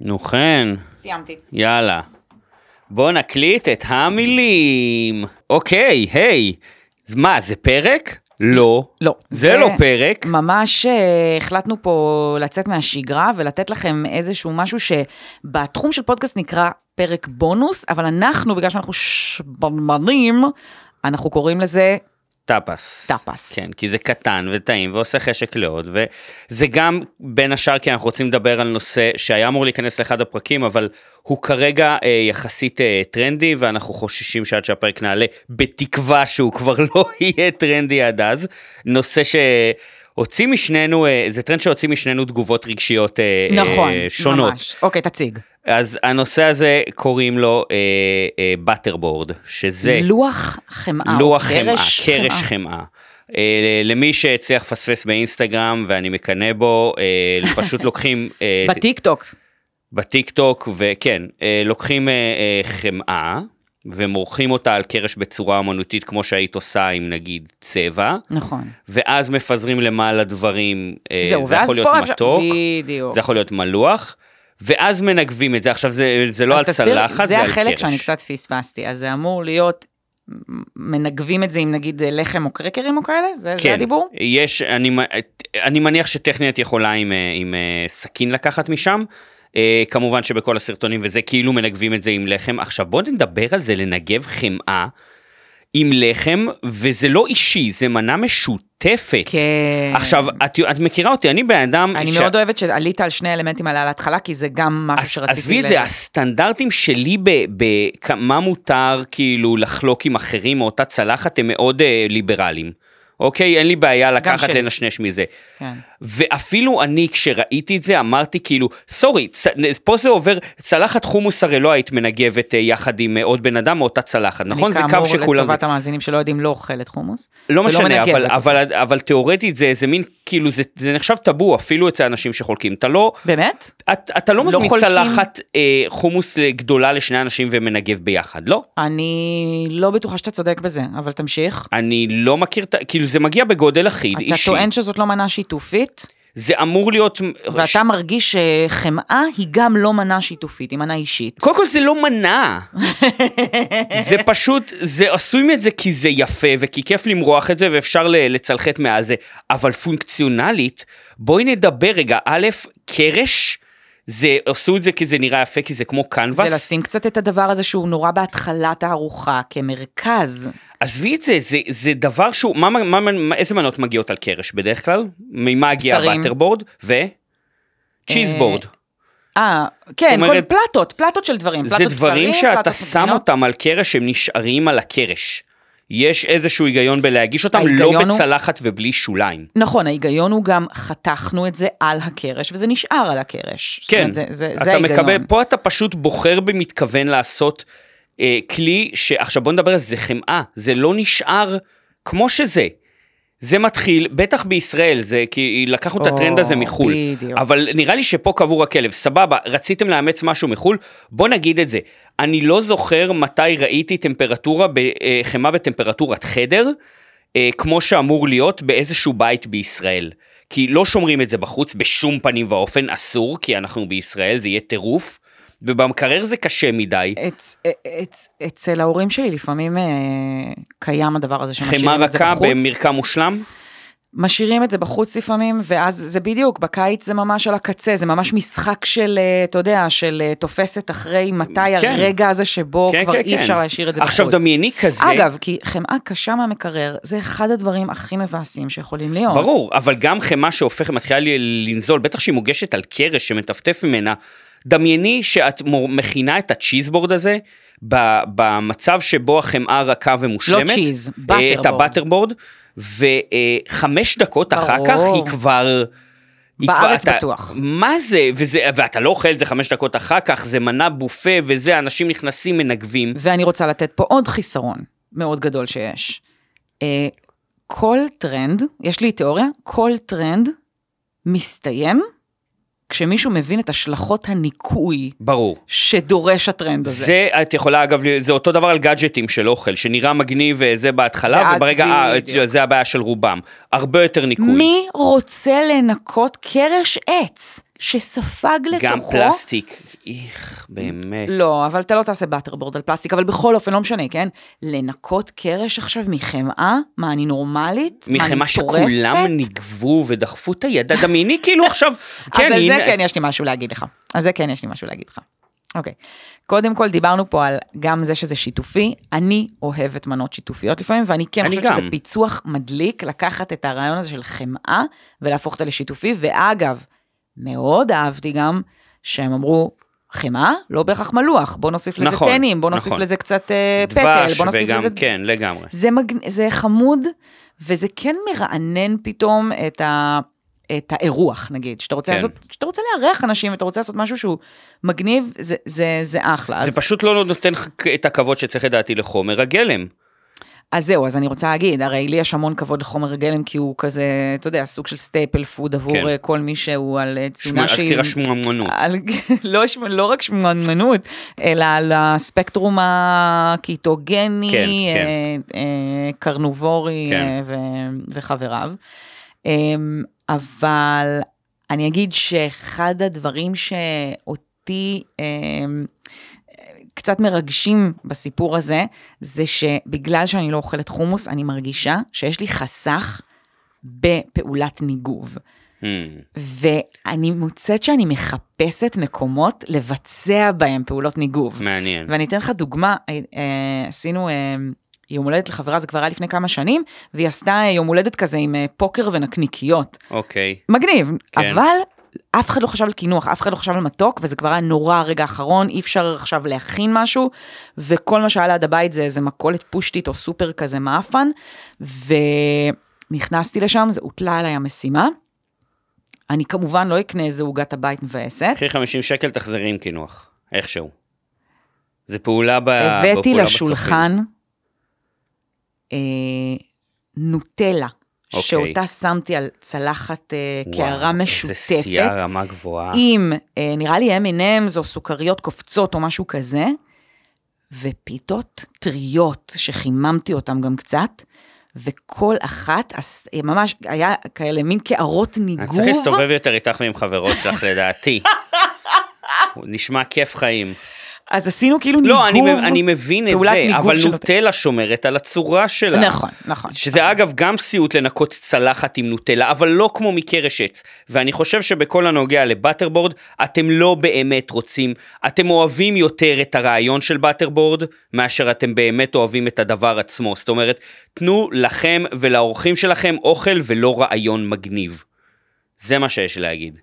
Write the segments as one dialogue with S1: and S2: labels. S1: נו כן,
S2: סיימתי.
S1: יאללה. בוא נקליט את המילים. אוקיי, היי. אז מה, זה פרק? לא.
S2: לא.
S1: זה לא פרק.
S2: ממש אה, החלטנו פה לצאת מהשגרה ולתת לכם איזשהו משהו שבתחום של פודקאסט נקרא פרק בונוס, אבל אנחנו, בגלל שאנחנו שבנמנים, אנחנו קוראים לזה,
S1: טאפס.
S2: טאפס.
S1: כן, כי זה קטן וטעים ועושה חשק לעוד, וזה גם בין השאר כי אנחנו רוצים לדבר על נושא שהיה אמור להיכנס לאחד הפרקים, אבל הוא כרגע אה, יחסית אה, טרנדי, ואנחנו חוששים שעד שהפרק נעלה, בתקווה שהוא כבר לא יהיה טרנדי עד אז. נושא ש... הוציא משנינו, אה, זה טרנד שהוציא משנינו תגובות רגשיות אה,
S2: נכון,
S1: אה, שונות.
S2: ממש. אוקיי, תציג.
S1: אז הנושא הזה קוראים לו בטרבורד, שזה
S2: לוח חמאה. אה, או
S1: לוח חמאה, קרש
S2: חמאה.
S1: חמאה. אה, למי שהצליח לפספס באינסטגרם ואני מקנא בו, אה, פשוט לוקחים אה,
S2: בטיקטוק.
S1: בטיק טוק, וכן, אה, לוקחים אה, אה, חמאה ומורחים אותה על קרש בצורה אמנותית כמו שהיית עושה עם נגיד צבע,
S2: נכון.
S1: ואז מפזרים למעלה דברים, אה,
S2: זהו,
S1: זה
S2: ואז
S1: יכול להיות
S2: פה
S1: מתוק,
S2: בדיוק.
S1: זה יכול להיות מלוח, ואז מנגבים את זה, עכשיו זה, זה לא
S2: אז
S1: על
S2: תסביר,
S1: צלחת, זה,
S2: זה
S1: על קרש.
S2: החלק שאני קצת פספסתי, אז זה אמור להיות, מנגבים את זה עם נגיד אה, לחם או קרקרים או כאלה? זה,
S1: כן.
S2: זה הדיבור?
S1: יש, אני, מ- אני מניח שטכנית יכולה עם, אה, עם אה, סכין לקחת משם. אה, כמובן שבכל הסרטונים וזה כאילו מנגבים את זה עם לחם. עכשיו בוא נדבר על זה לנגב חמאה עם לחם, וזה לא אישי, זה מנה משותפת.
S2: כן.
S1: עכשיו, את, את מכירה אותי, אני בן אדם...
S2: אני מאוד אוהבת שעלית על שני האלמנטים האלה על ההתחלה, כי זה גם משהו
S1: אז-
S2: שרציתי...
S1: עזבי את
S2: ל-
S1: זה, הסטנדרטים שלי בכמה מותר כאילו לחלוק עם אחרים מאותה צלחת הם מאוד אה, ליברליים. אוקיי? אין לי בעיה לקחת
S2: שלי.
S1: לנשנש מזה.
S2: כן.
S1: ואפילו אני כשראיתי את זה אמרתי כאילו סורי צ... פה זה עובר צלחת חומוס הרי לא היית מנגבת אה, יחד עם אה, עוד בן אדם מאותה צלחת נכון זה קו
S2: אני כאמור,
S1: שכולם זה
S2: לטובת המאזינים שלא יודעים, לא אוכלת חומוס.
S1: לא
S2: ולא
S1: משנה
S2: מנגבת אוקיי.
S1: אבל
S2: אותו.
S1: אבל אבל תיאורטית זה איזה מין כאילו זה, זה נחשב טאבו אפילו אצל אנשים שחולקים אתה לא
S2: באמת?
S1: את, אתה לא מזמין
S2: חולקים.
S1: צלחת אה, חומוס גדולה לשני אנשים ומנגב ביחד לא
S2: אני לא בטוחה שאתה צודק בזה, אבל תמשיך.
S1: אני לא מכיר את ה- כאילו זה מגיע בגודל אחיד
S2: אתה
S1: אישי
S2: טוען שזאת לא מנה שיתופית,
S1: זה אמור להיות ש-
S2: ואתה מרגיש שחמאה היא גם לא מנה שיתופית, היא מנה אישית.
S1: קודם כל זה לא מנע. זה פשוט, זה עשויים את זה כי זה יפה וכי כיף למרוח את זה ואפשר ל- לצלחת מעל זה, אבל פונקציונלית, בואי נדבר רגע, א', קרש, זה, עשו את זה כי זה נראה יפה, כי זה כמו
S2: זה
S1: קנבס.
S2: לשים קצת את הדבר הזה שהוא נורא בהתחלת הארוחה, כמרכז.
S1: עזבי את זה, זה, זה דבר שהוא, מה, מה, מה, איזה מנות מגיעות על קרש בדרך כלל? ממה הגיע
S2: בשרים.
S1: הבטרבורד? ו? צ'יזבורד.
S2: אה, כן, כל
S1: אומרת-
S2: פלטות, פלטות של דברים.
S1: זה
S2: פלטות
S1: דברים
S2: בשרים,
S1: שאתה
S2: פלטות
S1: שם
S2: מטחינות.
S1: אותם על קרש, הם נשארים על הקרש. יש איזשהו היגיון בלהגיש אותם, לא
S2: ההיגיון הוא-
S1: בצלחת ובלי שוליים.
S2: נכון, ההיגיון הוא גם חתכנו את זה על הקרש, וזה נשאר על הקרש. זאת
S1: כן,
S2: אומרת, זה, זה, זה
S1: אתה
S2: ההיגיון.
S1: מקבל, פה אתה פשוט בוחר במתכוון לעשות אה, כלי, שעכשיו בוא נדבר על זה, זה חמאה, זה לא נשאר כמו שזה. זה מתחיל, בטח בישראל, זה כי לקחנו את
S2: או,
S1: הטרנד הזה מחו"ל.
S2: בדיוק.
S1: אבל נראה לי שפה קבור הכלב, סבבה, רציתם לאמץ משהו מחו"ל? בוא נגיד את זה. אני לא זוכר מתי ראיתי טמפרטורה, ב- אה, חמאה בטמפרטורת חדר, אה, כמו שאמור להיות באיזשהו בית בישראל. כי לא שומרים את זה בחוץ בשום פנים ואופן, אסור, כי אנחנו בישראל, זה יהיה טירוף, ובמקרר זה קשה מדי.
S2: אצ, אצ, אצל ההורים שלי לפעמים אה, קיים הדבר הזה
S1: חמאה
S2: שמשאירים את זה
S1: רכה
S2: בחוץ.
S1: במרקם מושלם?
S2: משאירים את זה בחוץ לפעמים, ואז זה בדיוק, בקיץ זה ממש על הקצה, זה ממש משחק של, אה, אתה יודע, של אה, תופסת אחרי מתי
S1: כן.
S2: הרגע הזה שבו
S1: כן,
S2: כבר
S1: כן,
S2: אי
S1: כן.
S2: אפשר להשאיר את זה בחוץ.
S1: עכשיו דמייני כזה.
S2: אגב, כי חמאה קשה מהמקרר, זה אחד הדברים הכי מבאסים שיכולים להיות.
S1: ברור, אבל גם חמאה שהופכת, מתחילה ל- לנזול, בטח שהיא מוגשת על קרש שמטפטף ממנה. דמייני שאת מור- מכינה את הצ'יזבורד הזה ב- במצב שבו החמאה רכה ומושלמת.
S2: לא צ'יז,
S1: אה,
S2: בטרבורד.
S1: את הבטרבורד, וחמש דקות אחר
S2: ברור.
S1: כך היא כבר... היא
S2: בארץ
S1: כבר,
S2: בטוח.
S1: אתה, מה זה? וזה, ואתה לא אוכל את זה חמש דקות אחר כך, זה מנה בופה וזה, אנשים נכנסים, מנגבים.
S2: ואני רוצה לתת פה עוד חיסרון מאוד גדול שיש. אה, כל טרנד, יש לי תיאוריה, כל טרנד מסתיים כשמישהו מבין את השלכות הניקוי
S1: ברור.
S2: שדורש הטרנד הזה.
S1: זה את יכולה אגב, זה אותו דבר על גאדג'טים של אוכל, שנראה מגניב אה, זה בהתחלה,
S2: ואז
S1: וברגע, אה,
S2: בדיוק.
S1: זה הבעיה של רובם. הרבה יותר ניקוי.
S2: מי רוצה לנקות קרש עץ? שספג לתוכו...
S1: גם פלסטיק, איך, באמת.
S2: לא, אבל אתה לא תעשה באטרבורד על פלסטיק, אבל בכל אופן, לא משנה, כן? לנקות קרש עכשיו מחמאה? מה, אני נורמלית? מה, אני
S1: מלחמה
S2: מטורפת?
S1: שכולם נגבו ודחפו את היד, דמייני כאילו עכשיו,
S2: אז
S1: כן,
S2: על זה
S1: הנה-
S2: כן יש לי משהו להגיד לך. על זה כן יש לי משהו להגיד לך. אוקיי. קודם כל, דיברנו פה על גם זה שזה שיתופי. אני אוהבת מנות שיתופיות לפעמים, ואני כן
S1: אני
S2: חושבת שזה
S1: גם.
S2: פיצוח מדליק לקחת את הרעיון הזה של חמאה ולהפוך אותה לשיתופי. ואגב, מאוד אהבתי גם שהם אמרו, חמאה, לא בהכרח מלוח, בוא נוסיף לזה
S1: נכון,
S2: טנים, בוא נוסיף
S1: נכון.
S2: לזה קצת אה, פטל,
S1: דבש
S2: בוא נוסיף
S1: וגם,
S2: לזה...
S1: כן, לגמרי.
S2: זה, מג... זה חמוד, וזה כן מרענן פתאום את, ה... את האירוח, נגיד. שאתה רוצה,
S1: כן.
S2: כן. לעשות, שאתה רוצה לארח אנשים, ואתה רוצה לעשות משהו שהוא מגניב, זה, זה, זה אחלה.
S1: זה
S2: אז,
S1: פשוט לא נותן לך את הכבוד שצריך לדעתי לחומר הגלם.
S2: אז זהו, אז אני רוצה להגיד, הרי לי יש המון כבוד לחומר גלם, כי הוא כזה, אתה יודע, סוג של סטייפל פוד עבור
S1: כן.
S2: אה, כל מי שהוא על אה,
S1: שמוע-
S2: תזונה שהיא...
S1: הציר השמועמנות.
S2: על, לא, ש- לא רק שמנמנות, אלא על הספקטרום הקיטוגני,
S1: כן, כן.
S2: אה, אה, קרנובורי
S1: כן.
S2: אה, ו, וחבריו. אה, אבל אני אגיד שאחד הדברים שאותי אה, קצת מרגשים בסיפור הזה, זה שבגלל שאני לא אוכלת חומוס, אני מרגישה שיש לי חסך בפעולת ניגוב.
S1: Hmm.
S2: ואני מוצאת שאני מחפשת מקומות לבצע בהם פעולות ניגוב.
S1: מעניין.
S2: ואני אתן לך דוגמה, אה, אה, עשינו אה, יום הולדת לחברה, זה כבר היה לפני כמה שנים, והיא עשתה אה, יום הולדת כזה עם אה, פוקר ונקניקיות.
S1: אוקיי.
S2: מגניב,
S1: כן.
S2: כן. אבל אף אחד לא חשב על קינוח, אף אחד לא חשב על מתוק, וזה כבר היה נורא הרגע האחרון, אי אפשר עכשיו להכין משהו, וכל מה שהיה ליד הבית זה איזה מכולת פושטית או סופר כזה מאפן, ונכנסתי לשם, זה הוטלה עליי המשימה. אני כמובן לא אקנה איזה עוגת הבית מבאסת.
S1: קחי 50 שקל, תחזרי עם קינוח. איכשהו. זה פעולה ב...
S2: הבאתי
S1: בפעולה
S2: לשולחן אה, נוטלה,
S1: אוקיי.
S2: שאותה שמתי על צלחת אה,
S1: בצופים.
S2: קערה
S1: וואו,
S2: משותפת.
S1: איזה סטייה רמה גבוהה.
S2: עם, אה, נראה לי M&M's או סוכריות קופצות או משהו כזה, ופיתות טריות שחיממתי אותן גם קצת, וכל אחת, אז, אה, ממש היה כאלה מין קערות
S1: אני
S2: ניגוב.
S1: צריך להסתובב יותר איתך ועם חברות שלך, לדעתי. נשמע כיף חיים.
S2: אז עשינו כאילו ניגוב.
S1: לא, אני, מב- אני מבין את
S2: פעולת
S1: זה,
S2: ניגוב
S1: אבל
S2: של-
S1: נוטלה שומרת על הצורה שלה.
S2: נכון, נכון.
S1: שזה אגב גם סיוט לנקות צלחת עם נוטלה, אבל לא כמו מקרש עץ. ואני חושב שבכל הנוגע לבטרבורד, אתם לא באמת רוצים, אתם אוהבים יותר את הרעיון של בטרבורד, מאשר אתם באמת אוהבים את הדבר עצמו. זאת אומרת, תנו לכם ולאורחים שלכם אוכל ולא רעיון מגניב. זה מה שיש להגיד.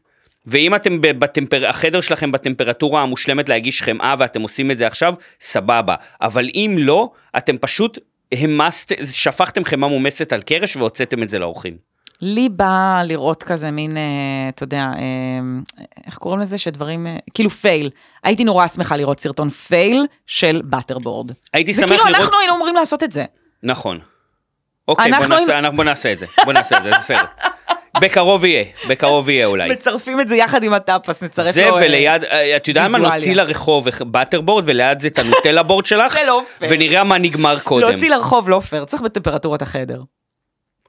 S1: ואם אתם ב- בטמפר... החדר שלכם בטמפרטורה המושלמת להגיש חמאה ואתם עושים את זה עכשיו, סבבה. אבל אם לא, אתם פשוט המסת... שפכתם חמאה מומסת על קרש והוצאתם את זה לאורחים.
S2: לי בא לראות כזה מין, אה, אתה יודע, אה, איך קוראים לזה? שדברים, אה, כאילו פייל. הייתי נורא שמחה לראות סרטון פייל של באטרבורד.
S1: הייתי
S2: זה
S1: שמח
S2: כאילו
S1: לראות...
S2: אנחנו היינו אמורים לעשות את זה.
S1: נכון. אוקיי, בוא
S2: אנחנו
S1: נעשה,
S2: עם-
S1: אנחנו... בוא נעשה את זה. בוא נעשה את זה, זה בסדר. בקרוב יהיה, בקרוב יהיה אולי.
S2: מצרפים את זה יחד עם הטאפס, נצרף
S1: זה
S2: לו... אה,
S1: וליד, אה, את יודעת מה?
S2: ויזואליה.
S1: נוציא לרחוב באטרבורד ולעד זה את הנוטלה בורד שלך,
S2: זה לא פייר.
S1: ונראה מה נגמר קודם.
S2: להוציא לרחוב לא פייר, צריך בטמפרטורת החדר.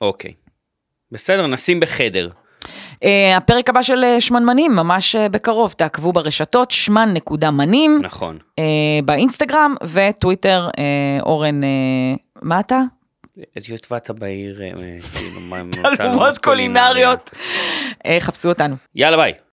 S1: אוקיי. בסדר, נשים בחדר.
S2: אה, הפרק הבא של אה, שמנמנים, ממש אה, בקרוב, תעקבו ברשתות, שמן נקודה מנים,
S1: נכון.
S2: אה, באינסטגרם וטוויטר, אה, אורן, אה, מה אתה?
S1: את יוטבתה בעיר, אה, כאילו, מה- מה-
S2: תעלומות קולינריות. אה, חפשו אותנו.
S1: יאללה ביי.